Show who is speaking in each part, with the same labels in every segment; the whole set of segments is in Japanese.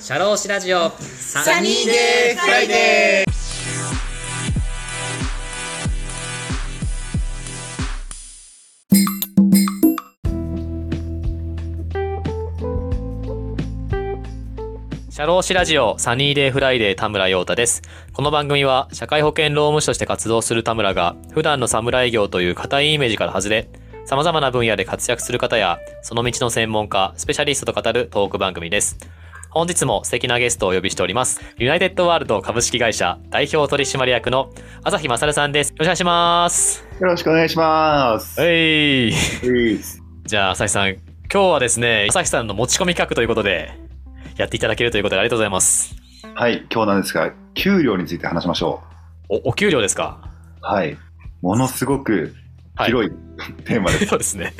Speaker 1: シャローシラジオサ
Speaker 2: ニーデーフライデ
Speaker 1: ーシャローシラジオサニーデーフライデー田村陽太です。この番組は社会保険労務士として活動する田村が普段の侍業という固いイメージから外れ、様々な分野で活躍する方やその道の専門家、スペシャリストと語るトーク番組です。本日も素敵なゲストをお呼びしております。ユナイテッドワールド株式会社代表取締役の朝日勝さんです。よろしくお願いします。
Speaker 2: よろしくお願いします。
Speaker 1: はい。
Speaker 2: い。
Speaker 1: じゃあ朝日さん、今日はですね、朝日さんの持ち込み企画ということで、やっていただけるということでありがとうございます。
Speaker 2: はい、今日なんですが、給料について話しましょ
Speaker 1: お、お給料ですか
Speaker 2: う。はい。ものすごく
Speaker 1: は
Speaker 2: 広い、 テーマ です。
Speaker 1: そうですね。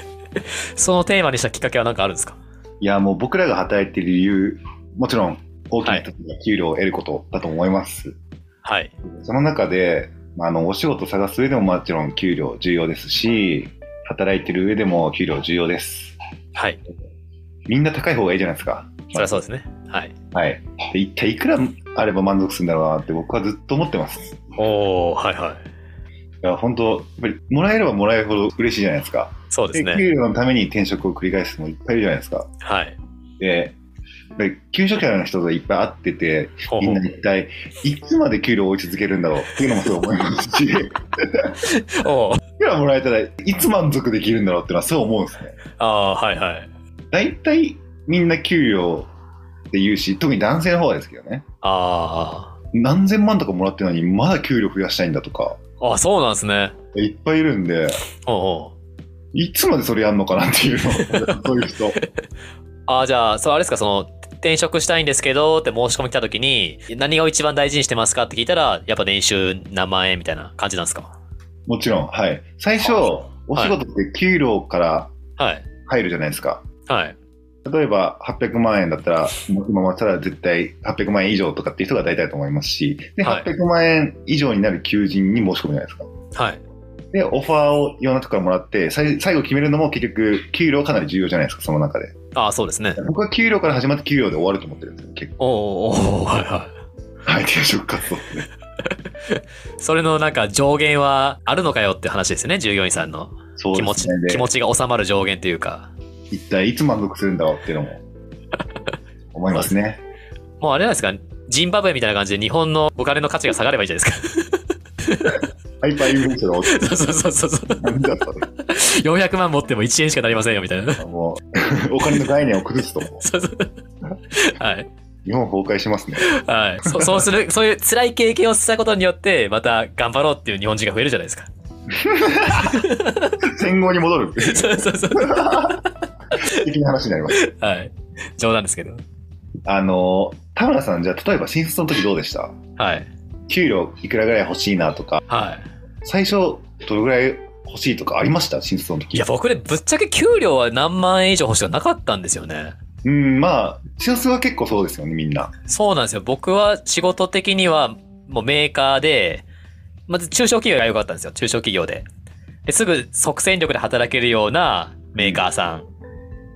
Speaker 1: そのテーマにしたきっかけは何かあるんですか
Speaker 2: いや、もう僕らが働いている理由、もちろん大きな時に給料を得ることだと思います。
Speaker 1: はい。
Speaker 2: その中で、まあ、あの、お仕事探す上でももちろん給料重要ですし、働いてる上でも給料重要です。
Speaker 1: はい。
Speaker 2: みんな高い方がいいじゃないですか。
Speaker 1: それはそうですね。はい。
Speaker 2: はい。で一体いくらあれば満足するんだろうなって僕はずっと思ってます。
Speaker 1: おー、はいはい。
Speaker 2: いや本当やっぱりもらえればもらえるほど嬉しいじゃないですか。
Speaker 1: そうです
Speaker 2: で
Speaker 1: ね。
Speaker 2: 給料のために転職を繰り返す人もいっぱいいるじゃないですか。
Speaker 1: はい。
Speaker 2: で、やっぱり求職者の人といっぱい会ってて、
Speaker 1: ほう
Speaker 2: み
Speaker 1: ほ
Speaker 2: ん
Speaker 1: う
Speaker 2: な一体いつまで給料を追い続けるんだろうっていうのもすごい思います し、いく
Speaker 1: おー
Speaker 2: らもらえたらいつ満足できるんだろうっていうのはそう思うんですね。
Speaker 1: あー、はいはい。
Speaker 2: 大体みんな給料って言うし、特に男性の方はですけどね。
Speaker 1: あ
Speaker 2: 何千万とかもらってるのにまだ給料増やしたいんだとか、
Speaker 1: ー。あ、そうなんですね。
Speaker 2: いっぱいいるんで、
Speaker 1: おうおう
Speaker 2: いつまでそれやんのかなっていうのそういう人。
Speaker 1: あじゃあ、それあれですか、その、転職したいんですけどって申し込み来た時に、何を一番大事にしてますかって聞いたら、やっぱ年収何万円みたいな感じなんですか
Speaker 2: もちろん、はい。最初、お仕事って給料から
Speaker 1: はい。
Speaker 2: 入るじゃないですか。
Speaker 1: はい。
Speaker 2: 例えば、800万円だったら、今まったら絶対800万円以上とかっていう人が大体だと思いますし、で、
Speaker 1: はい
Speaker 2: 800万円以上になる求人に申し込むじゃないですか。
Speaker 1: はい。で
Speaker 2: で、オファーをいろんなとこからもらって、最最後決めるのも結局、給料かなり重要じゃないですか、その中で。
Speaker 1: あそうですね。
Speaker 2: 僕は給料から始まって給料で終わると思ってるんですよ、結構。
Speaker 1: おうおうおうはいはい。
Speaker 2: はい、転職活動ってね。
Speaker 1: それのなんか上限はあるのかよって話ですよね、従業員さんの。
Speaker 2: そう
Speaker 1: 気持
Speaker 2: で
Speaker 1: ち
Speaker 2: すね。、で
Speaker 1: 気持ちが収まる上限というか。
Speaker 2: 一体いつ満足するんだろうっていうのも、思います ね。
Speaker 1: もうあれなんですか、ジンバブエみたいな感じで日本のお金の価値が下がればいいじゃないです
Speaker 2: ハイパーインフレーションが起きて
Speaker 1: か。そうそうそうそう。
Speaker 2: なんだそれ
Speaker 1: 400万持っても1円しかなりませんよみたいな。
Speaker 2: もう、お 金の概念を崩すともう、
Speaker 1: そうそう。はい。
Speaker 2: 日本崩壊しますね。
Speaker 1: はい、そ そうする、そういう辛い経験をしたことによって、また頑張ろうっていう日本人が増えるじゃないですか。
Speaker 2: 戦後に戻る
Speaker 1: そうそうそう。
Speaker 2: 的な話になります。
Speaker 1: はい。冗談ですけど。
Speaker 2: あの、田村さん、じゃあ、例えば新卒の時どうでした
Speaker 1: はい。
Speaker 2: 給料いくらぐらい欲しいなとか、
Speaker 1: はい。
Speaker 2: 最初、どれぐらい欲しいとかありました新卒の時。
Speaker 1: いや、僕ね、ぶっちゃけ給料は何万円以上欲しくなかったんですよね。
Speaker 2: うん、まあ、新卒は結構そうですよね、みんな。
Speaker 1: そうなんですよ。僕は仕事的には、もうメーカーで、まず中小企業が良かったんですよ。中小企業で。ですぐ即戦力で働けるようなメーカーさん。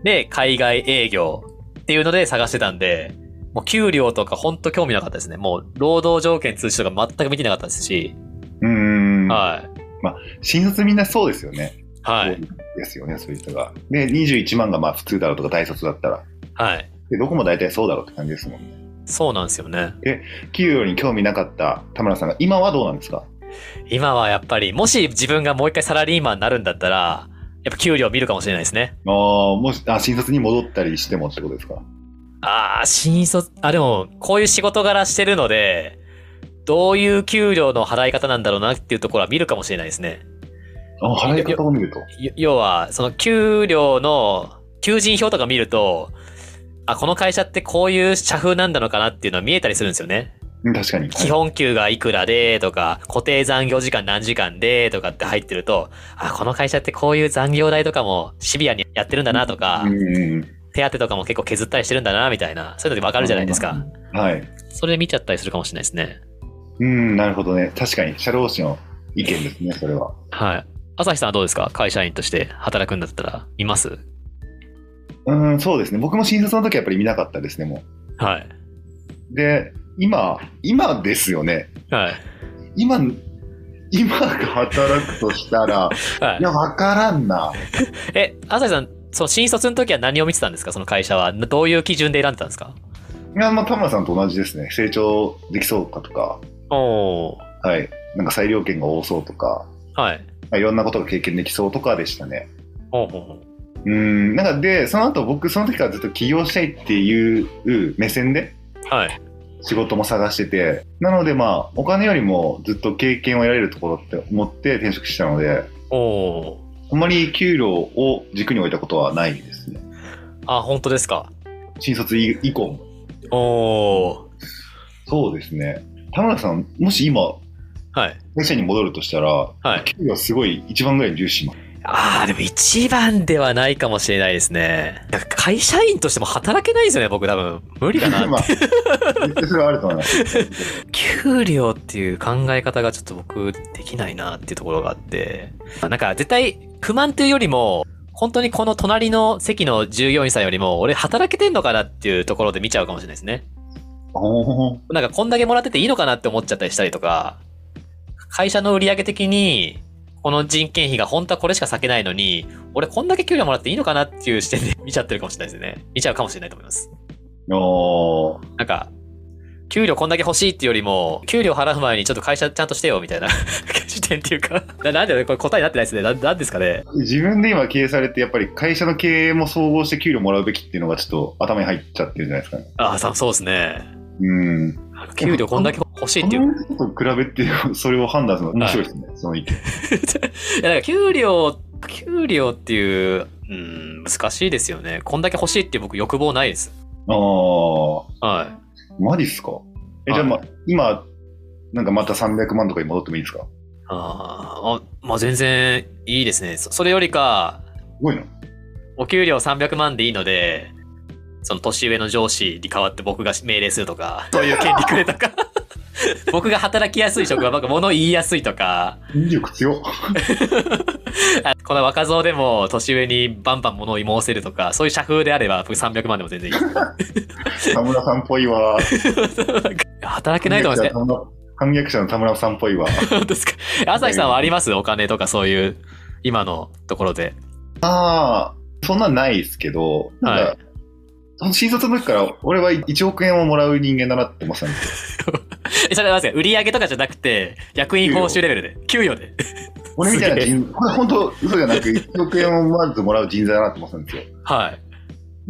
Speaker 1: で、海外営業っていうので探してたんで、もう給料とかほんと興味なかったですね。もう労働条件通知とか全く見てなかったですし。
Speaker 2: うん、
Speaker 1: はい。
Speaker 2: 新卒みんなそうですよね。
Speaker 1: はい。
Speaker 2: 多ですよね、そういう人が。で、21万がまあ普通だろうとか、大卒だったら。
Speaker 1: はい。
Speaker 2: で、どこも大体そうだろうって感じですもんね。
Speaker 1: そうなんですよね。
Speaker 2: 給料に興味なかった田村さんが、今はどうなんですか
Speaker 1: 今はやっぱり、もし自分がもう一回サラリーマンになるんだったら、やっぱ給料見るかもしれないですね。
Speaker 2: あーもしあ新卒に戻ったりしてもってことですか
Speaker 1: ああ、新卒、あ、でも、こういう仕事柄してるので、どういう給料の払い方なんだろうなっていうところは見るかもしれないですね。
Speaker 2: あ払い方を見ると
Speaker 1: よ要は、その給料の、求人票とか見ると、あ、この会社ってこういう社風なんだのかなっていうのは見えたりするんですよね。
Speaker 2: うん確かに、
Speaker 1: 基本給がいくらでとか、固定残業時間何時間でとかって入ってると、あ、この会社ってこういう残業代とかもシビアにやってるんだなとか
Speaker 2: う、んうん
Speaker 1: 手当とかも結構削ったりしてるんだなみたいな、そういうのでわかるじゃないですか。
Speaker 2: うんはい
Speaker 1: それで見ちゃったりするかもしれないですね。
Speaker 2: うんなるほどね確かに社労士の意見ですねそれは
Speaker 1: はい。朝日さんはどうですか会社員として働くんだったら、います
Speaker 2: うんそうですね僕も新卒の時はやっぱり見なかったですねもう
Speaker 1: はい。
Speaker 2: で、今、今ですよね。
Speaker 1: はい。
Speaker 2: 今、今が働くとした ら、
Speaker 1: はい
Speaker 2: いや、わからんな。
Speaker 1: え、朝日さん、その新卒の時は何を見てたんですかその会社は。どういう基準で選んでたんですか
Speaker 2: いや、まあ、田村さんと同じですね。成長できそうかとか、
Speaker 1: おー。
Speaker 2: はい。なんか裁量権が多そうとか、
Speaker 1: はい。
Speaker 2: まあいろんなことが経験できそうとかでしたね。
Speaker 1: おー。
Speaker 2: うん、なんかで、その後僕、その時からずっと起業したいっていう目線で
Speaker 1: はい。
Speaker 2: 仕事も探してて、なのでまあ、お金よりもずっと経験を得られるところって思って転職したので、
Speaker 1: おー。
Speaker 2: あんまり給料を軸に置いたことはないですね。
Speaker 1: あ、本当ですか。
Speaker 2: 新卒以以降も。
Speaker 1: おー。
Speaker 2: そうですね。田村さん、もし今、
Speaker 1: はい。
Speaker 2: 会社に戻るとしたら、
Speaker 1: はい。
Speaker 2: 給料すごい一番ぐらいに重視します。
Speaker 1: ああ、でも一番ではないかもしれないですね。なんか会社員としても働けないですよね、僕多分。無理だな。
Speaker 2: まあ、それはあると思います。
Speaker 1: 給料っていう考え方がちょっと僕できないなっていうところがあって。なんか絶対不満というよりも、本当にこの隣の席の従業員さんよりも、俺働けてんのかなっていうところで見ちゃうかもしれないですね。
Speaker 2: おー
Speaker 1: なんかこんだけもらってていいのかなって思っちゃったりしたりとか、会社の売上的に、この人件費が本当はこれしか割けないのに、俺こんだけ給料もらっていいのかなっていう視点で見ちゃってるかもしれないですね。見ちゃうかもしれないと思います。
Speaker 2: おー
Speaker 1: なんか、給料こんだけ欲しいっていうよりも、給料払う前にちょっと会社ちゃんとしてよみたいな 視点っていうかな、なんでこれ答えになってないですね。ななんですかね。
Speaker 2: 自分で今経営されて、やっぱり会社の経営も総合して給料もらうべきっていうのがちょっと頭に入っちゃってるんじゃないですかね。
Speaker 1: ああ、さそうですね。
Speaker 2: うん。
Speaker 1: 給料こんだけ欲しいっていう
Speaker 2: その人と比べて、それを判断するの面白いですね、その意見。
Speaker 1: いや、なんか給料、給料っていう、うん、難しいですよね。こんだけ欲しいって僕欲望ないです。
Speaker 2: あー、
Speaker 1: は
Speaker 2: マジっすかえ、じゃあ、まあ、今、なんかまた300万とかに戻ってもいいですか
Speaker 1: い。あーあ、まあ全然いいですね。そそれよりか、
Speaker 2: すごいな。
Speaker 1: お給料300万でいいので、その年上の上司に代わって僕が命令するとか、そういう権利くれと か。僕が働きやすい職場、僕物言いやすいとか、
Speaker 2: 引力 強っ。
Speaker 1: あこの若造でも年上にバンバン物を言い申せるとか、そういう社風であれば僕300万でも全然いいです。
Speaker 2: 田村さんっぽいわ。
Speaker 1: 働けないと思いますね。
Speaker 2: 反逆者の田村さんっぽいわ。
Speaker 1: 本当ですか。朝日さんはありますお金とかそういう、今のところで。
Speaker 2: ああ、そんなんないですけど、なんか、
Speaker 1: はい
Speaker 2: その新卒の時から俺は1億円をもらう人間だなって思ってたんですよ。
Speaker 1: えそれはなんですか売り上げとかじゃなくて、役員報酬レベルで、給与で。
Speaker 2: 俺みたいな
Speaker 1: すげ
Speaker 2: 人、これ本当嘘じゃなく1億円をまずもらう人材だなって思ってたんですよ。
Speaker 1: はい。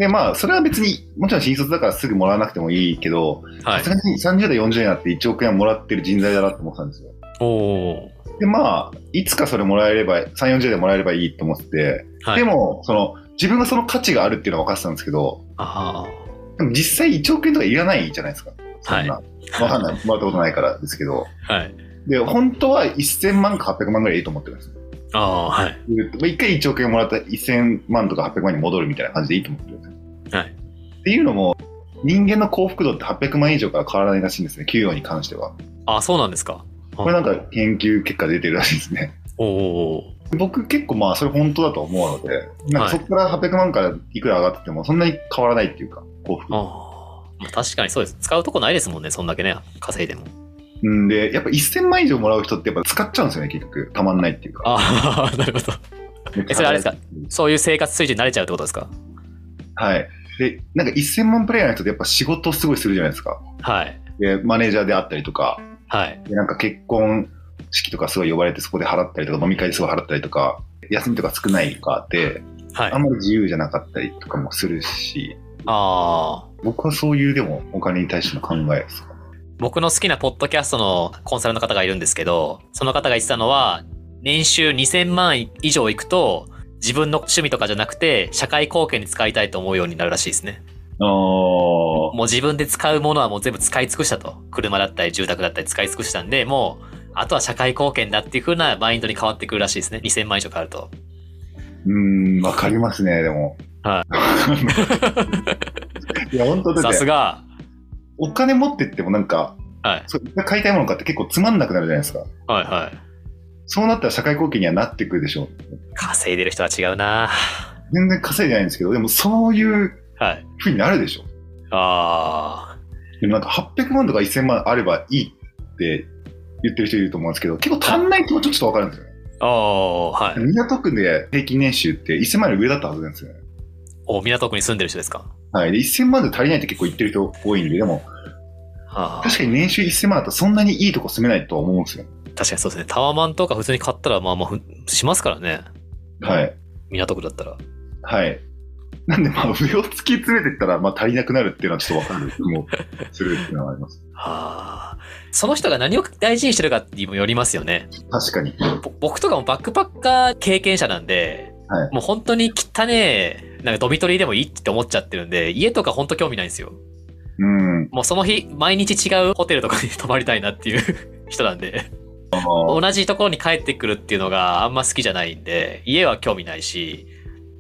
Speaker 2: で、まあ、それは別に、もちろん新卒だからすぐもらわなくてもいいけど、
Speaker 1: は
Speaker 2: さ
Speaker 1: い
Speaker 2: す。がに30代、40代になって1億円はもらってる人材だなって思ってたんですよ。
Speaker 1: おお。
Speaker 2: で、まあ、いつかそれもらえれば、3、40代でもらえればいいと思ってて、
Speaker 1: はい。
Speaker 2: でも、その、自分がその価値があるっていうのは分かってたんですけど、
Speaker 1: あ
Speaker 2: でも実際1億円とかいらないじゃないですか。そんな。
Speaker 1: は
Speaker 2: わかんない。もらったことないからですけど。
Speaker 1: あ。はい。
Speaker 2: で、本当は1000万か800万ぐらいいいと思ってるんです。
Speaker 1: ああ、はい。
Speaker 2: で一回1億円もらったら1000万とか800万に戻るみたいな感じでいいと思ってるんです。
Speaker 1: はい。
Speaker 2: っていうのも、人間の幸福度って800万以上から変わらないらしいんですね。給与に関しては。
Speaker 1: あそうなんですか。
Speaker 2: これなんか研究結果出てるらしいですね。
Speaker 1: おお。
Speaker 2: 僕結構まあそれ本当だと思うので、なんかそこから800万からいくら上がっててもそんなに変わらないっていうか、幸福度。
Speaker 1: ああ。まあ確かにそうです。使うとこないですもんね、そんだけね、稼いでも。
Speaker 2: うんで、やっぱ1000万以上もらう人ってやっぱ使っちゃうんですよね、結局。たまんないっていうか。
Speaker 1: あ あ、なるほど。えそれあれですかそういう生活水準に慣れちゃうってことですか
Speaker 2: はい。で、なんか1000万プレイヤーの人ってやっぱ仕事すごいするじゃないですか。
Speaker 1: はい。
Speaker 2: で、マネージャーであったりとか、
Speaker 1: はい。
Speaker 2: でなんか結婚式とかすごい呼ばれてそこで払ったりとか、飲み会ですごい払ったりとか、休みとか少ないとかで、
Speaker 1: はい。
Speaker 2: あ
Speaker 1: あ
Speaker 2: んまり自由じゃなかったりとかもするし、
Speaker 1: あー。
Speaker 2: 僕はそういうでもお金に対しての考えですかね。
Speaker 1: 僕の好きなポッドキャストのコンサルの方がいるんですけど、その方が言ってたのは、年収2000万以上いくと、自分の趣味とかじゃなくて、社会貢献に使いたいと思うようになるらしいですね。
Speaker 2: あー
Speaker 1: もう自分で使うものはもう全部使い尽くしたと。車だったり住宅だったり使い尽くしたんで、もう、あとは社会貢献だっていう風なマインドに変わってくるらしいですね。2000万以上変わると。
Speaker 2: うーん、わかりますね、でも。
Speaker 1: はい
Speaker 2: 。いや、本当だ
Speaker 1: さ
Speaker 2: っ
Speaker 1: す
Speaker 2: て、
Speaker 1: が。
Speaker 2: お金持ってってもなんか、
Speaker 1: はい。
Speaker 2: そう買いたいもの買って結構つまんなくなるじゃないですか。
Speaker 1: はいはい。
Speaker 2: そうなったら社会貢献にはなってくるでしょう。
Speaker 1: 稼いでる人は違うな
Speaker 2: 全然稼いでないんですけど、でもそういう
Speaker 1: はい。
Speaker 2: 風になるでしょ。
Speaker 1: あ
Speaker 2: でもなんか800万とか1000万あればいいって言ってる人いると思うんですけど、結構足んない気持ちもちょっとわかるんですよね。
Speaker 1: ああ、はい。
Speaker 2: 港区で平均年収って1000万より上だったはずなんですよね。
Speaker 1: お、港区に住んでる人ですか。
Speaker 2: はい。で、1000万で足りないって結構言ってる人多いんで、でも、
Speaker 1: はあ、
Speaker 2: 確かに年収1000万だとそんなにいいとこ住めないとは思うんですよ。
Speaker 1: 確かにそうですね。タワマンとか普通に買ったら、まあまあふ、しますからね。
Speaker 2: はい。
Speaker 1: 港区だったら。
Speaker 2: はい。なんで、まあ、上を突き詰めていったら、まあ、足りなくなるっていうのはちょっとわかる気もするっていうのはあります。
Speaker 1: はあ。その人が何を大事にしてるかにもよりますよね。
Speaker 2: 確かに。
Speaker 1: ぼ僕とかもバックパッカー経験者なんで、
Speaker 2: はい
Speaker 1: もう本当に汚ねえ、なんかドミトリーでもいいって思っちゃってるんで、家とか本当興味ないんですよ。
Speaker 2: うん。
Speaker 1: もうその日、毎日違うホテルとかに泊まりたいなっていう 人なんで、
Speaker 2: あの
Speaker 1: 同じところに帰ってくるっていうのがあんま好きじゃないんで、家は興味ないし、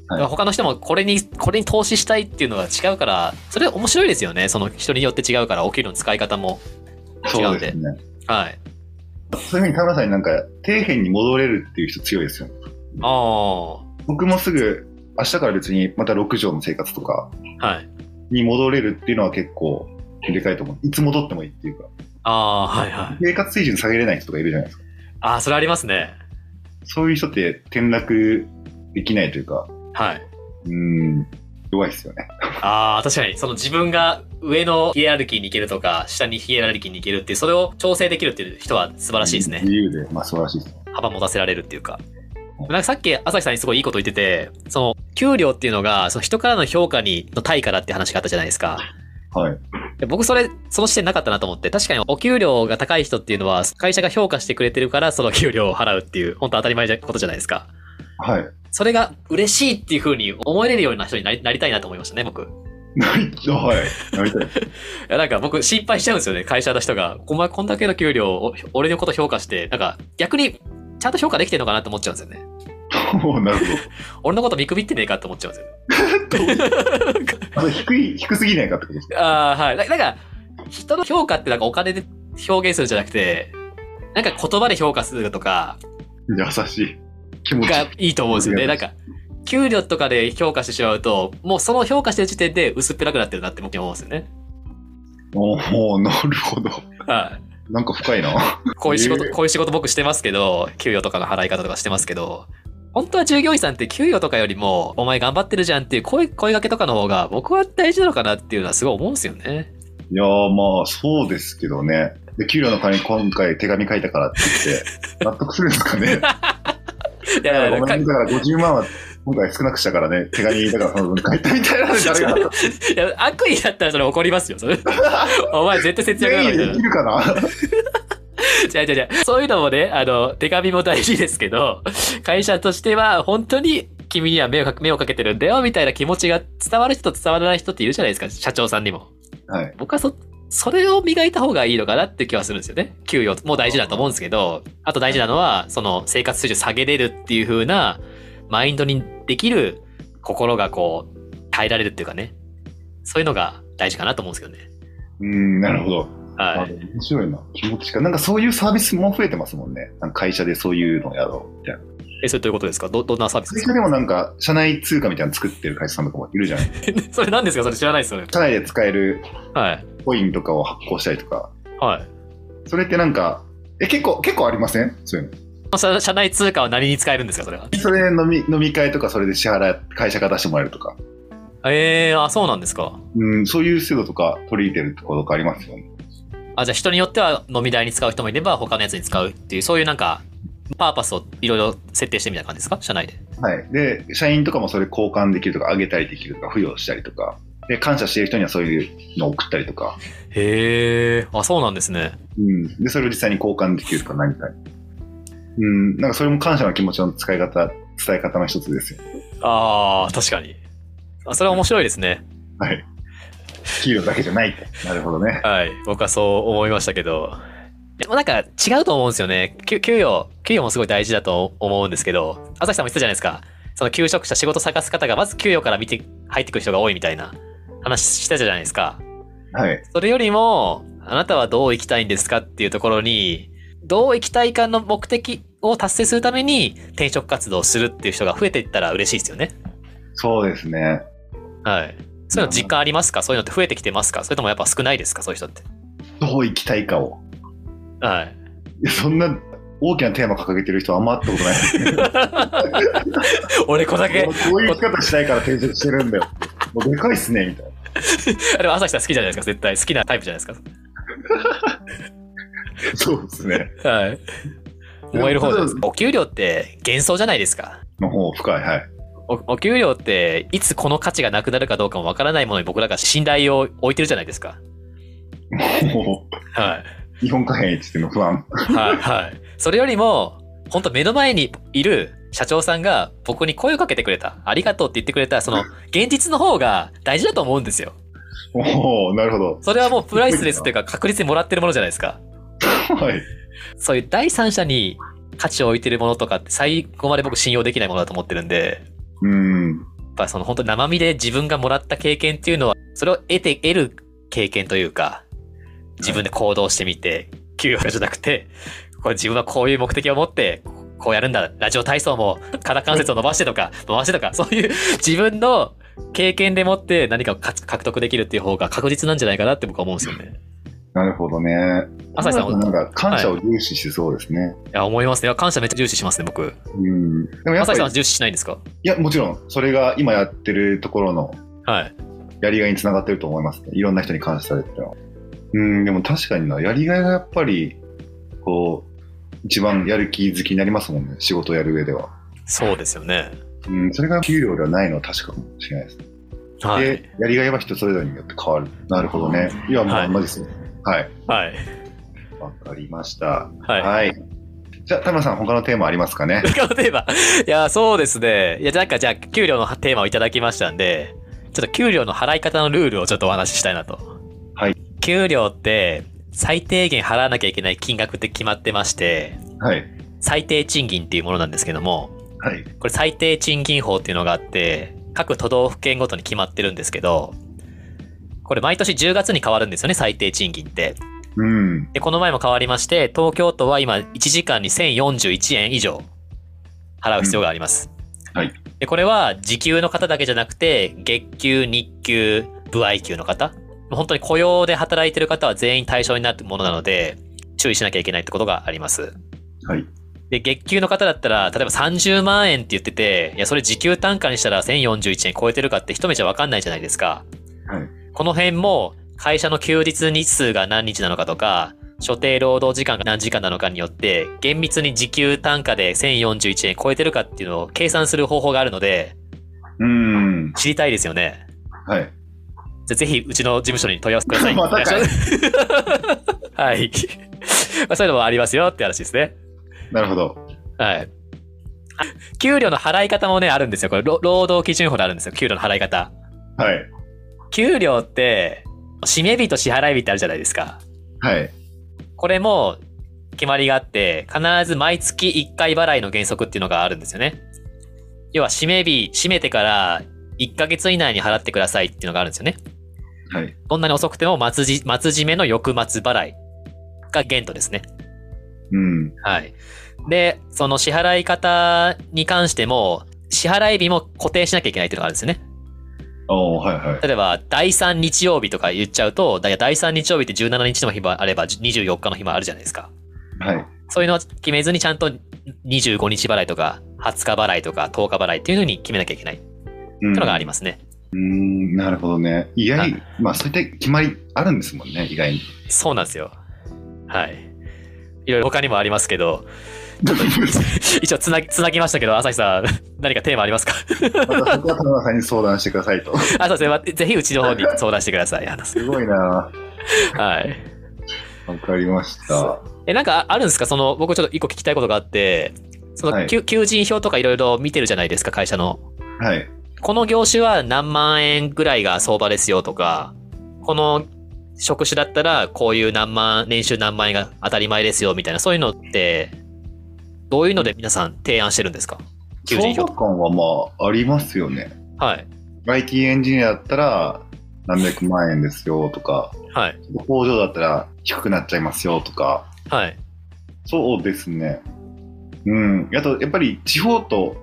Speaker 2: はい
Speaker 1: 他の人もこれに、これに投資したいっていうのが違うから、それ面白いですよね。その人によって違うから、お給料の使い方も違
Speaker 2: そううん
Speaker 1: で。
Speaker 2: ですね。
Speaker 1: はい。
Speaker 2: そういうふうに田村さんになんか、底辺に戻れるっていう人強いですよね。
Speaker 1: ああ、は
Speaker 2: 僕もすぐ、明日から別にまた6畳の生活とか
Speaker 1: い。
Speaker 2: に戻れるっていうのは結構、でかいと思う。いつ戻ってもいいっていうか、
Speaker 1: ああ、はいはい。
Speaker 2: 生活水準下げれない人とかいるじゃないですか。
Speaker 1: ああ、それありますね。
Speaker 2: そういう人って転落できないというか、
Speaker 1: はい。
Speaker 2: うん、弱いですよね。
Speaker 1: ああ、確かに、その自分が上のヒエラルキーに行けるとか、下にヒエラルキーに行けるっていう、それを調整できるっていう人は素晴らしいですね。
Speaker 2: 自由で、まあ素晴らしいですね。
Speaker 1: 幅持たせられるっていうか。
Speaker 2: うん
Speaker 1: なんかさっき朝日さんにすごいいいこと言ってて、その給料っていうのが、その人からの評価にの対価だって話があったじゃないですか。
Speaker 2: はい。
Speaker 1: で僕それ、その視点なかったなと思って、確かにお給料が高い人っていうのは、会社が評価してくれてるから、その給料を払うっていう、本当当たり前なことじゃないですか。
Speaker 2: はい。
Speaker 1: それが嬉しいっていうふうに思えれるような人になりなりたいなと思いましたね、僕。い
Speaker 2: なりたい。はい。なりたい。
Speaker 1: や、なんか僕心配しちゃうんですよね、会社の人が。お前こんだけの給料を、俺のこと評価して、なんか逆にちゃんと評価できてるのかなって思っちゃうんですよね。
Speaker 2: おーなる
Speaker 1: 俺のこと見くびってねえかって思っちゃうんですよ。
Speaker 2: ほど。あ低い、低すぎないかってことですか
Speaker 1: ああ、はい。ななんか、人の評価ってなんかお金で表現するんじゃなくて、なんか言葉で評価するとか
Speaker 2: 優しい。気持ちいい
Speaker 1: が。いいと思うんですよね。なんか、給料とかで評価してしまうと、もうその評価してる時点で薄っぺらくなってるなって僕は思うんですよね。
Speaker 2: おおなるほど。
Speaker 1: はい。
Speaker 2: なんか深いな。
Speaker 1: こういう仕事、
Speaker 2: ええ
Speaker 1: こういう仕事僕してますけど、給与とかの払い方とかしてますけど、本当は従業員さんって給与とかよりも、お前頑張ってるじゃんっていう声、声掛けとかの方が僕は大事なのかなっていうのはすごい思うんですよね。
Speaker 2: いやーまあそうですけどね。で給料の代わりに今回手紙書いたからって言って、納得するんですかね。
Speaker 1: いやいや
Speaker 2: ごめんだから50万は今回少なくしたからね、手紙だからその分書いたみたいな話誰が納 得す
Speaker 1: いや悪意だったらそれ怒りますよ、そ れ。お前絶対節約なのみたい
Speaker 2: る
Speaker 1: な
Speaker 2: でき。るかな
Speaker 1: 違う違う違う。そういうのもね、あの、手紙も大事ですけど、会社としては本当に君には目をか目をかけてるんだよ、みたいな気持ちが伝わる人と伝わらない人っているじゃないですか、社長さんにも。
Speaker 2: はい。
Speaker 1: 僕はそ、それを磨いた方がいいのかなって気はするんですよね。給与も大事だと思うんですけど、あと大事なのは、その生活水準下げれるっていう風な、マインドにできる心がこう、耐えられるっていうかね。そういうのが大事かなと思うんですけどね。
Speaker 2: うん、なるほど。あ
Speaker 1: はい。
Speaker 2: 面白いな。気持ちか。なんかそういうサービスも増えてますもんね。なんか会社でそういうのやろうみたいな。
Speaker 1: え、それどういうことですかど、どんなサービスで
Speaker 2: 会
Speaker 1: す
Speaker 2: 社
Speaker 1: か
Speaker 2: でもなんか社内通貨みたいなの作ってる会社さんとかもいるじゃない
Speaker 1: それ何ですかそれ知らないですよね。
Speaker 2: 社内で使える
Speaker 1: はい。
Speaker 2: コインとかを発行したりとか。
Speaker 1: はい。
Speaker 2: それってなんか、え、結構、結構ありませんそういうの。
Speaker 1: 社社内通貨は何に使えるんですかそれは。
Speaker 2: それ飲み、飲み会とかそれで支払い、会社から出してもらえるとか。
Speaker 1: えー、あ、そうなんですか。
Speaker 2: うん、そういう制度とか取り入れてるところとかありますよね。
Speaker 1: あ、じゃあ人によっては飲み代に使う人もいれば他のやつに使うっていう、そういうなんか、パーパスをいろいろ設定してみたいな感じですか社内で。
Speaker 2: はい。で、社員とかもそれ交換できるとか、あげたりできるとか、付与したりとか。で、感謝してる人にはそういうのを送ったりとか。
Speaker 1: へえ、あ、そうなんですね。
Speaker 2: うん。で、それを実際に交換できるとか何かに。うん。なんかそれも感謝の気持ちの使い方、伝え方の一つですよ。
Speaker 1: ああ、確かに。あ、それは面白いですね。
Speaker 2: はい。給料だけじゃないって。なるほどね。
Speaker 1: はい。僕はそう思いましたけど。でもなんか違うと思うんですよね。給給与、給与もすごい大事だと思うんですけど、朝日さんも言ってたじゃないですか。その求職者、仕事探す方がまず給与から見て、入ってくる人が多いみたいな話してたじゃないですか。
Speaker 2: はい。
Speaker 1: それよりも、あなたはどう生きたいんですかっていうところに、どう生きたいかの目的を達成するために転職活動をするっていう人が増えていったら嬉しいですよね。
Speaker 2: そうですね。
Speaker 1: はい。そういうの実感ありますかそういうのって増えてきてますかそれともやっぱ少ないですかそういう人って。
Speaker 2: どう行きたいかを。
Speaker 1: はい。
Speaker 2: いやそんな大きなテーマ掲げてる人はあんま会ったことない。
Speaker 1: 俺これだけ
Speaker 2: こ、ういう生き方したいから転職してるんだよ。もうでかいっすね、みたいな。
Speaker 1: あでも朝日さん好きじゃないですか絶対。好きなタイプじゃないです
Speaker 2: そうですね。
Speaker 1: か。はい。燃える方じゃないですか。お給料って幻想じゃないですか。
Speaker 2: の方深い、はい。
Speaker 1: おお給料っていつこの価値がなくなるかどうかもわからないものに僕らが信頼を置いてるじゃないですか。
Speaker 2: も
Speaker 1: はい。
Speaker 2: う、日本貨幣一っての不安。
Speaker 1: はいはい。 それよりも、本当目の前にいる社長さんが僕に声をかけてくれた、ありがとうって言ってくれた、その現実の方が大事だと思うんですよ。
Speaker 2: おおなるほど。
Speaker 1: それはもうプライスレスというか確率にもらってるものじゃないですか。
Speaker 2: はい。
Speaker 1: そういう第三者に価値を置いてるものとかって最後まで僕信用できないものだと思ってるんで、
Speaker 2: うん。
Speaker 1: やっぱその本当に生身で自分がもらった経験っていうのは、それを得て得る経験というか、自分で行動してみて、給与じゃなくて、これ自分はこういう目的を持って、こうやるんだ、ラジオ体操も肩関節を伸ばしてとか、回してとか、そういう自分の経験でもって何かを勝獲得できるっていう方が確実なんじゃないかなって僕は思うんですよね。
Speaker 2: なるほどね。
Speaker 1: 朝日さん
Speaker 2: なんか感謝を重視してそうですね。
Speaker 1: いや、思いますね。いや感謝めっちゃ重視しますね、僕。
Speaker 2: うん。でもやっ
Speaker 1: 朝日
Speaker 2: ぱり
Speaker 1: さんは、重視しないんですか
Speaker 2: いや、もちろん、それが今やってるところの
Speaker 1: はい。
Speaker 2: やりがいにつながってると思いますね。いろんな人に感謝されてるのは。うん、でも確かにな、やりがいがやっぱり、こう、一番やる気好きになりますもんね。仕事をやる上では。
Speaker 1: そうですよね。
Speaker 2: うん、それが給料ではないのは確かもしれないです。
Speaker 1: は
Speaker 2: で
Speaker 1: い。、
Speaker 2: やりがいは人それぞれによって変わる。なるほどね。いや、もう
Speaker 1: はい
Speaker 2: あんまですね。はい。
Speaker 1: はい。
Speaker 2: わ、かりました。
Speaker 1: はい。。
Speaker 2: はい。じゃあ、田村さん、他のテーマありますかね
Speaker 1: 他のテーマ。 いや、そうですね。いや、なんかじゃあ、給料のテーマをいただきましたんで、ちょっと給料の払い方のルールをちょっとお話ししたいなと。
Speaker 2: はい。
Speaker 1: 給料って、最低限払わなきゃいけない金額って決まってまして、
Speaker 2: はい。
Speaker 1: 最低賃金っていうものなんですけども、
Speaker 2: はい。
Speaker 1: これ最低賃金法っていうのがあって、各都道府県ごとに決まってるんですけど、これ毎年10月に変わるんですよね、最低賃金って。
Speaker 2: うん。
Speaker 1: で、この前も変わりまして、東京都は今1時間に1041円以上払う必要があります。
Speaker 2: うんはい。
Speaker 1: で、これは時給の方だけじゃなくて、月給、日給、部合給の方。本当に雇用で働いてる方は全員対象になるものなので、注意しなきゃいけないってことがあります。
Speaker 2: はい。
Speaker 1: で、月給の方だったら、例えば30万円って言ってて、いや、それ時給単価にしたら1041円超えてるかって一目じゃわかんないじゃないですか。
Speaker 2: はい
Speaker 1: この辺も、会社の休日日数が何日なのかとか、所定労働時間が何時間なのかによって、厳密に時給単価で1041円超えてるかっていうのを計算する方法があるので、
Speaker 2: うん。
Speaker 1: 知りたいですよね。
Speaker 2: はい。
Speaker 1: じゃあぜひ、うちの事務所に問い合わせください。
Speaker 2: またかい
Speaker 1: はい。まあ、そういうのもありますよって話ですね。
Speaker 2: なるほど。
Speaker 1: はい。あ給料の払い方もね、あるんですよ。これ、労労働基準法であるんですよ。給料の払い方。
Speaker 2: はい。
Speaker 1: 給料って、締め日と支払い日ってあるじゃないですか。
Speaker 2: はい。
Speaker 1: これも、決まりがあって、必ず毎月1回払いの原則っていうのがあるんですよね。要は、締め日、締めてから1ヶ月以内に払ってくださいっていうのがあるんですよね。
Speaker 2: はい。
Speaker 1: どんなに遅くても末じ、末締めの翌末払いが限度ですね。
Speaker 2: うん。
Speaker 1: はい。で、その支払い方に関しても、支払い日も固定しなきゃいけないっていうのがあるんですよね。
Speaker 2: おーはいはい。
Speaker 1: 例えば、第3日曜日とか言っちゃうと、だいたい第3日曜日って17日の日もあれば、24日の日もあるじゃないですか。
Speaker 2: はい。
Speaker 1: そういうのを決めずにちゃんと25日払いとか、20日払いとか、10日払いっていうのに決めなきゃいけないって
Speaker 2: う
Speaker 1: い
Speaker 2: ん
Speaker 1: うのがありますね。
Speaker 2: うーん、なるほどね。意外、
Speaker 1: はい
Speaker 2: まあそういった決まりあるんですもんね、意外に。
Speaker 1: そうなんですよ。はい。いろいろ他にもありますけど、 一応つなぎ、つなぎましたけど、朝日さん、何かテーマありますか
Speaker 2: またそこは田村さんに相談してくださいと。
Speaker 1: あ、そうですねま。ぜひうちの方 に相談してください。あの
Speaker 2: すごいな
Speaker 1: はい。
Speaker 2: わかりました。
Speaker 1: え、なんかああるんですかその、僕ちょっと一個聞きたいことがあって、そ
Speaker 2: は
Speaker 1: の、
Speaker 2: い
Speaker 1: 求求人票とかいろいろ見てるじゃないですか、会社の。
Speaker 2: はい。
Speaker 1: この業種は何万円ぐらいが相場ですよとか、この職種だったらこういう何万、年収何万円が当たり前ですよみたいな、そういうのって、どういうので皆さん提案してるんですか求人
Speaker 2: 相
Speaker 1: 票
Speaker 2: 場感はまあありますよね。
Speaker 1: はい。
Speaker 2: IT エンジニアだったら何百万円ですよとか、
Speaker 1: はい。
Speaker 2: 工場だったら低くなっちゃいますよとか。
Speaker 1: はい。
Speaker 2: そうですね。うん。あと、やっぱり地方と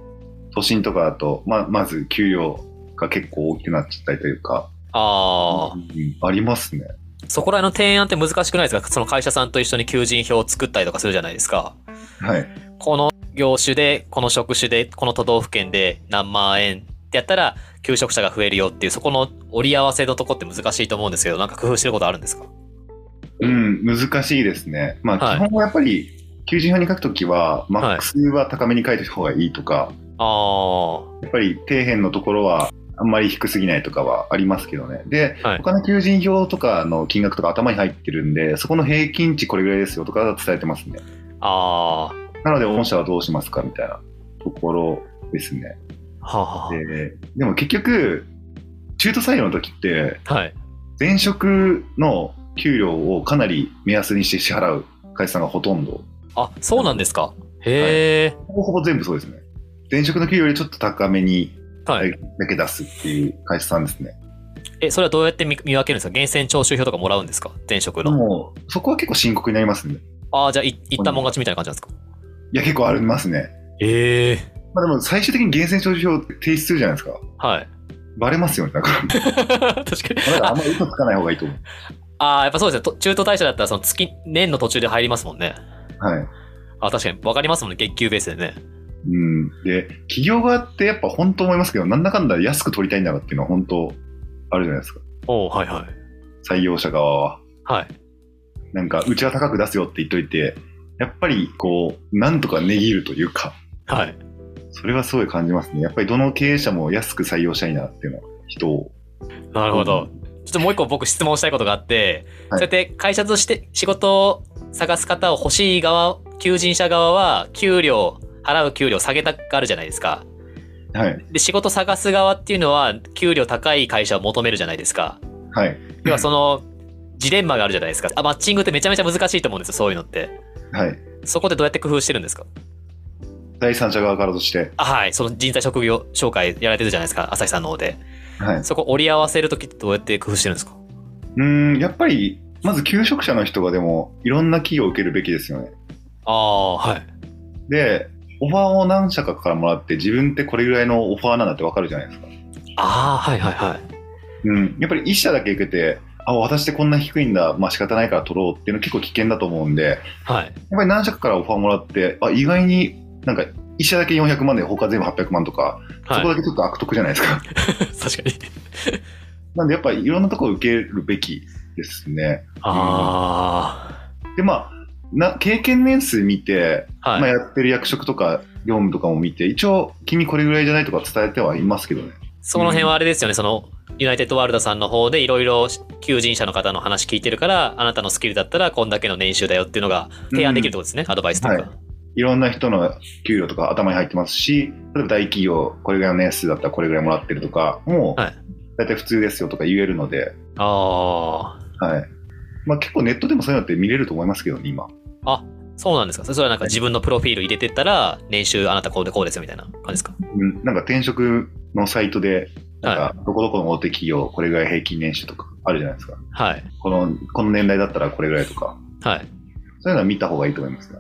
Speaker 2: 都心とかだと、まあ、まず給料が結構大きくなっちゃったりというか、
Speaker 1: ああ、
Speaker 2: うんありますね。
Speaker 1: そこら辺の提案って難しくないですかその会社さんと一緒に求人票を作ったりとかするじゃないですか。
Speaker 2: はい。
Speaker 1: この業種で、この職種で、この都道府県で何万円ってやったら、求職者が増えるよっていう、そこの折り合わせのとこって難しいと思うんですけど、なんか工夫してることあるんですか
Speaker 2: うん、難しいですね。まあ、
Speaker 1: はい
Speaker 2: 基本はやっぱり、求人票に書くときは、マックスは高めに書いてた方がいいとか、
Speaker 1: ああ、は
Speaker 2: やっぱり底辺のところは、あんまり低すぎないとかはありますけどね。で、
Speaker 1: はい
Speaker 2: 他の求人票とかの金額とか頭に入ってるんで、そこの平均値これぐらいですよとかは伝えてますね。
Speaker 1: ああ、
Speaker 2: なので、御社はどうしますかみたいなところですね。
Speaker 1: はあは
Speaker 2: ででも結局、中途採用の時って、
Speaker 1: あ、はい。
Speaker 2: 前職の給料をかなり目安にして支払う会社さんがほとんど、
Speaker 1: あ、そうなんですか。へえ、
Speaker 2: ほぼほぼ全部そうですね。前職の給料よりちょっと高めに
Speaker 1: はい。
Speaker 2: だけ出すっていう会社さんですね。
Speaker 1: え、それはどうやって見見分けるんですか源泉徴収票とかもらうんですか前職
Speaker 2: で
Speaker 1: の。
Speaker 2: も、そこは結構深刻になりますね。
Speaker 1: ああ、じゃあ、いいったもん勝ちみたいな感じなんですか
Speaker 2: いや、結構ありますね。
Speaker 1: ええ
Speaker 2: まあでも、最終的に厳選徴収票って提出するじゃないですか。
Speaker 1: はい。
Speaker 2: バレますよね、だから。
Speaker 1: 確かに。
Speaker 2: だからあんまり嘘つかない方がいいと思う。
Speaker 1: ああ、やっぱそうですねと。中途退社だったら、その月、年の途中で入りますもんね。
Speaker 2: はい。
Speaker 1: あ、確かに。わかりますもんね。月給ベースでね。
Speaker 2: うん。で、企業側ってやっぱ本当思いますけど、なんだかんだ安く取りたいんだろうっていうのは本当あるじゃないですか。
Speaker 1: おおはいはい。
Speaker 2: 採用者側は。
Speaker 1: はい。
Speaker 2: なんか、うちは高く出すよって言っといて、やっぱりこう、なんとか値切るというか、
Speaker 1: はい。
Speaker 2: それはすごい感じますね。やっぱりどの経営者も安く採用したいなっていうのは、人を。
Speaker 1: な
Speaker 2: な
Speaker 1: るほど。。ちょっともう一個僕質問したいことがあって、
Speaker 2: は
Speaker 1: そう
Speaker 2: い
Speaker 1: やって会社として仕事を探す方を欲しい側、求人者側は、給料、払う給料下げたがるじゃないですか。
Speaker 2: はい。
Speaker 1: で、仕事探す側っていうのは、給料高い会社を求めるじゃないですか。
Speaker 2: はい。
Speaker 1: 要はその、ジレンマがあるじゃないですか。あ、マッチングってめちゃめちゃ難しいと思うんですよ、そういうのって。
Speaker 2: はい。
Speaker 1: そこでどうやって工夫してるんですか
Speaker 2: 第三者側からとして。
Speaker 1: あ、はい。その人材職業紹介やられてるじゃないですか、朝日さんの方で。
Speaker 2: はい。
Speaker 1: そこ折り合わせるときってどうやって工夫してるんですか
Speaker 2: うーん、やっぱり、まず求職者の人がでも、いろんな企業を受けるべきですよね。
Speaker 1: ああ、はい。
Speaker 2: で、オファーを何社かからもらって、自分ってこれぐらいのオファーなんだってわかるじゃないですか。
Speaker 1: ああ、はいはいはい。
Speaker 2: うん。やっぱり一社だけ受けて、あ、私ってこんな低いんだ、まあ仕方ないから取ろうっていうの結構危険だと思うんで、やっ
Speaker 1: はい。
Speaker 2: ぱり何社かからオファーもらって、あ、意外になんか、一社だけ400万で他全部800万とか、そこ
Speaker 1: は
Speaker 2: だけちょっと悪徳じゃないですか。
Speaker 1: い、確かに。
Speaker 2: なんでやっぱりいろんなところを受けるべきですね。
Speaker 1: あ
Speaker 2: で、まあ、な経験年数見て、
Speaker 1: あ、はい。
Speaker 2: まあ、やってる役職とか業務とかも見て一応君これぐらいじゃないとか伝えてはいますけどね
Speaker 1: その辺はあれですよね、その、ユナイテッドワールドさんの方でいろいろ求人者の方の話聞いてるから、あなたのスキルだったらこんだけの年収だよっていうのが提案できるってことですね、アドバイスとか。
Speaker 2: はいいろんな人の給料とか頭に入ってますし例えば大企業これぐらいの年数だったらこれぐらいもらってるとかもう
Speaker 1: はい
Speaker 2: 大体普通ですよとか言えるので、
Speaker 1: ああ、
Speaker 2: はいまあ、結構ネットでもそういうのって見れると思いますけどね今
Speaker 1: そうなんですか。それはなんか自分のプロフィール入れてったら、年収あなたこうでこうですよみたいな感じですか。
Speaker 2: うんなんか転職のサイトでな
Speaker 1: は
Speaker 2: んかどこどこの大手企業これぐらい平均年収とかあるじゃないですか
Speaker 1: い。はい。
Speaker 2: このこの年代だったらこれぐらいとか
Speaker 1: はい。
Speaker 2: そういうのは見た方がいいと思いますね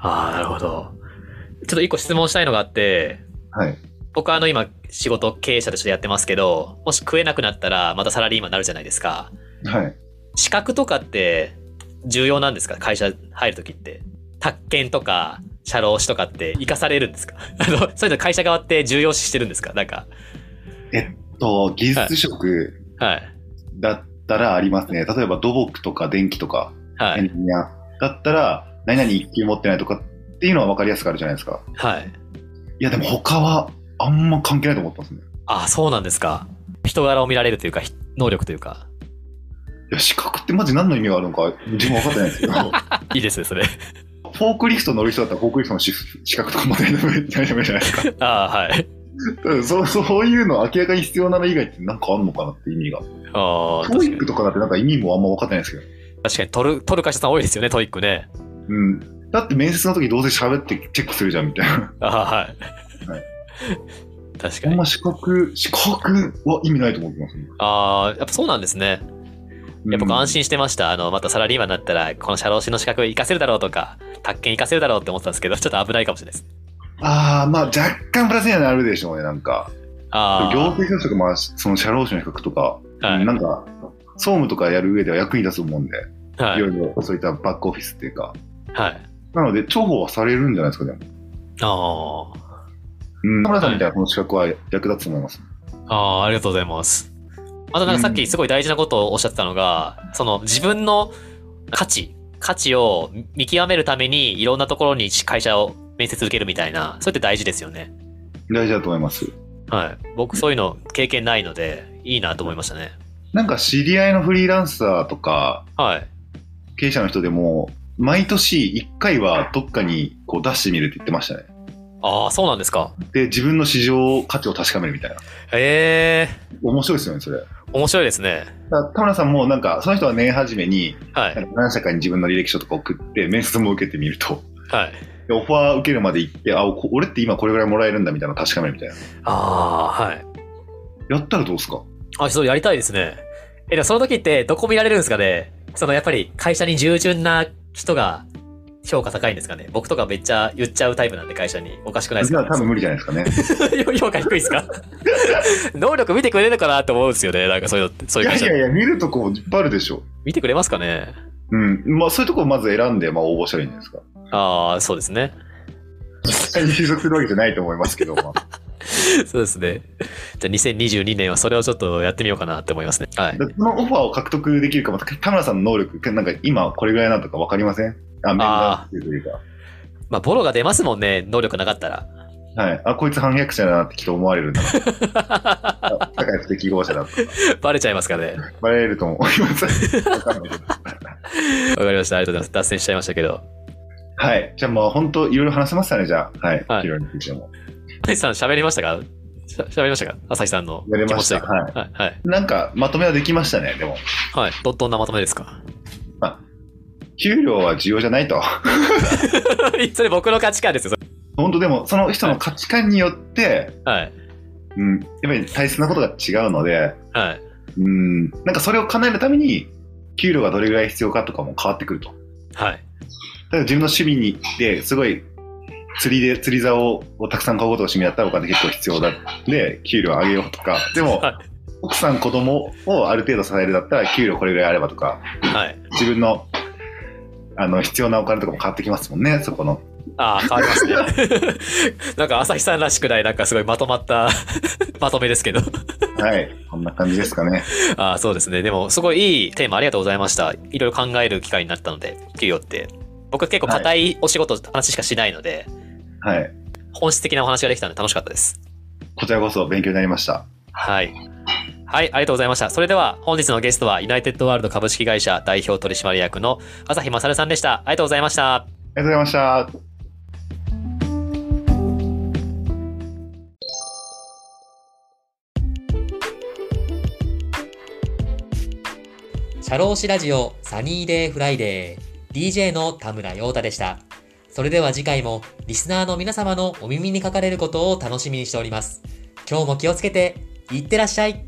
Speaker 1: ああ、なるほど。ちょっと一個質問したいのがあって、
Speaker 2: はい
Speaker 1: 僕はあの今仕事経営者としてやってますけど、もし食えなくなったらまたサラリーマンになるじゃないですか。
Speaker 2: はい
Speaker 1: 資格とかって重要なんですか会社入るときって。宅建とか、社労士とかって活かされるんですか あの、そういうの会社側って重要視してるんですかなんか。
Speaker 2: と技術職、
Speaker 1: はい。
Speaker 2: だったらありますね。例えば土木とか電気とか
Speaker 1: は
Speaker 2: エン
Speaker 1: い。
Speaker 2: ジニアだったら、何々一級持ってないとかっていうのは分かりやすくあるじゃないですか。
Speaker 1: はい。
Speaker 2: いや、でも他はあんま関係ないと思ったんですね。
Speaker 1: ああ、そうなんですか。人柄を見られるというか、ひ能力というか。
Speaker 2: いや、資格ってマジ何の意味があるのか自分分かってないんですけど、
Speaker 1: いいですね、それ。
Speaker 2: フォークリフト乗る人だったらフォークリフトの資資格とかも大丈夫大丈夫じゃないですか。
Speaker 1: ああ、はい。
Speaker 2: ただそうそういうの明らかに必要なの以外って何かあるのかなって意味が。
Speaker 1: ああ、
Speaker 2: ト
Speaker 1: 確か
Speaker 2: イ
Speaker 1: に
Speaker 2: ック。とかだってなんか意味もあんま分かってないですけど。
Speaker 1: 確かに取る、取る会社さん多いですよね、トイックね。
Speaker 2: うん。だって面接の時どうせ喋ってチェックするじゃんみたいな。
Speaker 1: ああ、はい
Speaker 2: は。
Speaker 1: 確か
Speaker 2: あん
Speaker 1: に。
Speaker 2: ま資格、資格は意味ないと思ってますね。
Speaker 1: ああ、やっぱそうなんですね。いや僕安心してました。あの、またサラリーマンになったら、この社労士の資格活かせるだろうとか、宅建活かせるだろうって思ってたんですけど、ちょっと危ないかもしれないです。
Speaker 2: ああ、まあ若干プラスにはなるでしょうね、なんか。
Speaker 1: あ
Speaker 2: 行政書士とか、まあ、その社労士の比較とか、
Speaker 1: はい
Speaker 2: なんか、総務とかやる上では役に立つもんで、、
Speaker 1: はい
Speaker 2: ろ
Speaker 1: い。
Speaker 2: いろそういったバックオフィスっていうか、
Speaker 1: はい。
Speaker 2: なので重宝はされるんじゃないですか、でも。
Speaker 1: あ
Speaker 2: うん、田村さんみたいなこの資格は役立つと思います。
Speaker 1: あ。ああ、ありがとうございます。あとなんかさっきすごい大事なことをおっしゃってたのが、その自分の価値、価値を見極めるためにいろんなところに会社を面接受けるみたいな、それって大事ですよね。
Speaker 2: 大事だと思います。
Speaker 1: はい。僕そういうの経験ないので、いいなと思いましたね。
Speaker 2: なんか知り合いのフリーランサーとか、
Speaker 1: はい。
Speaker 2: 経営者の人でも、毎年1回はどっかにこう出してみるって言ってましたね。
Speaker 1: ああ、そうなんですか。
Speaker 2: で、自分の市場価値を確かめるみたいな。
Speaker 1: へえ、
Speaker 2: 面白いですよね、それ。だか
Speaker 1: 面白いですね。
Speaker 2: ら田村さんもなんか、その人は年始めに、
Speaker 1: はい。
Speaker 2: なんか何社かに自分の履歴書とか送って、面接も受けてみると。
Speaker 1: はい。
Speaker 2: でオファー受けるまで行って、あ、こ俺って今これぐらいもらえるんだみたいなの確かめるみたいな。
Speaker 1: ああ、はい。
Speaker 2: やったらどうですか
Speaker 1: あ、そう、やりたいですね。え、でもその時ってどこ見られるんですかねそのやっぱり会社に従順な人が評価高いんですかね僕とかめっちゃ言っちゃうタイプなんで会社に。おかしくないです
Speaker 2: じゃ
Speaker 1: か、
Speaker 2: あ多分無理じゃないですかね。
Speaker 1: 評価低いです か能力見てくれるのかなって思うんですよね。なんかそういうのって、そう
Speaker 2: い
Speaker 1: いう
Speaker 2: や
Speaker 1: 会
Speaker 2: い
Speaker 1: 社。
Speaker 2: やいや、見るとこいっぱいあるでしょ。
Speaker 1: 見てくれますかね
Speaker 2: うん。まあそういうとこをまず選んで、まあ応募したらいいんじゃないですか。
Speaker 1: ああ、そうですね。
Speaker 2: 実 際に就職するわけじゃないと思いますけど、まあ
Speaker 1: そうですね。じゃあ2022年はそれをちょっとやってみようかなって思いますね。はい。
Speaker 2: だからこのオファーを獲得できるかも、田村さんの能力、なんか今これぐらいなんとか分かりませんあ、メンバーっていうというか、
Speaker 1: まあ、ボロが出ますもんね。能力なかったら。
Speaker 2: はい。あ、こいつ反逆者だなってきっと思わ れるんだな。あ社会不適合者だとか。
Speaker 1: バレちゃいますかね。
Speaker 2: バレると思います。 わかんないけど
Speaker 1: わかりました。ありがとうございます。脱線しちゃいましたけど。
Speaker 2: はい。じゃあまあ本当いろいろ話せましたね、じゃあ。はい。
Speaker 1: はい
Speaker 2: いろいろについても。
Speaker 1: 朝日さん喋りましたかしゃ喋りましたか朝日さんの
Speaker 2: やり
Speaker 1: 気
Speaker 2: ま
Speaker 1: 持ち
Speaker 2: し
Speaker 1: とい
Speaker 2: た。
Speaker 1: うか。
Speaker 2: はい。
Speaker 1: はい、はい、
Speaker 2: なんかまとめはできましたね、でも。
Speaker 1: はい。ど、どんなまとめですか
Speaker 2: 給料は重要じゃないと。
Speaker 1: それ僕の価値観ですよ。それ
Speaker 2: 本当でも、その人の価値観によって、
Speaker 1: はい。
Speaker 2: うん、やっぱり大切なことが違うので、
Speaker 1: はい。
Speaker 2: うん、なんかそれを叶えるために、給料がどれぐらい必要かとかも変わってくると。
Speaker 1: はい。
Speaker 2: ただ自分の趣味に行って、すごい釣りで、釣り竿をたくさん買うことが趣味だったらお金結構必要だ。で、給料上げようとか。でも
Speaker 1: は、
Speaker 2: 奥さん子供をある程度支えるだったら、給料これぐらいあればとか、
Speaker 1: はい。
Speaker 2: 自分の、あの、必要なお金とかも変わってきますもんね、そこの。
Speaker 1: ああ、変わりますね。 なんか朝日さんらしくない、なんかすごいまとまった まとめですけど。
Speaker 2: はい。こんな感じですかね。
Speaker 1: ああ、そうですね。でも、すごいいいテーマありがとうございました。いろいろ考える機会になったので、給与って。僕結構硬いお仕事、話しかしないので、
Speaker 2: はい。
Speaker 1: 本質的なお話ができたので楽しかったです。
Speaker 2: こちらこそ勉強になりました。
Speaker 1: はい。はい、ありがとうございました。それでは本日のゲストは、ユナイテッドワールド株式会社代表取締役の朝日勝さんでした。ありがとうございました。
Speaker 2: ありがとうございました。
Speaker 3: シャローシラジオサニーデイフライデー DJ の田村陽太でした。それでは次回もリスナーの皆様のお耳にかかれることを楽しみにしております。今日も気をつけていってらっしゃい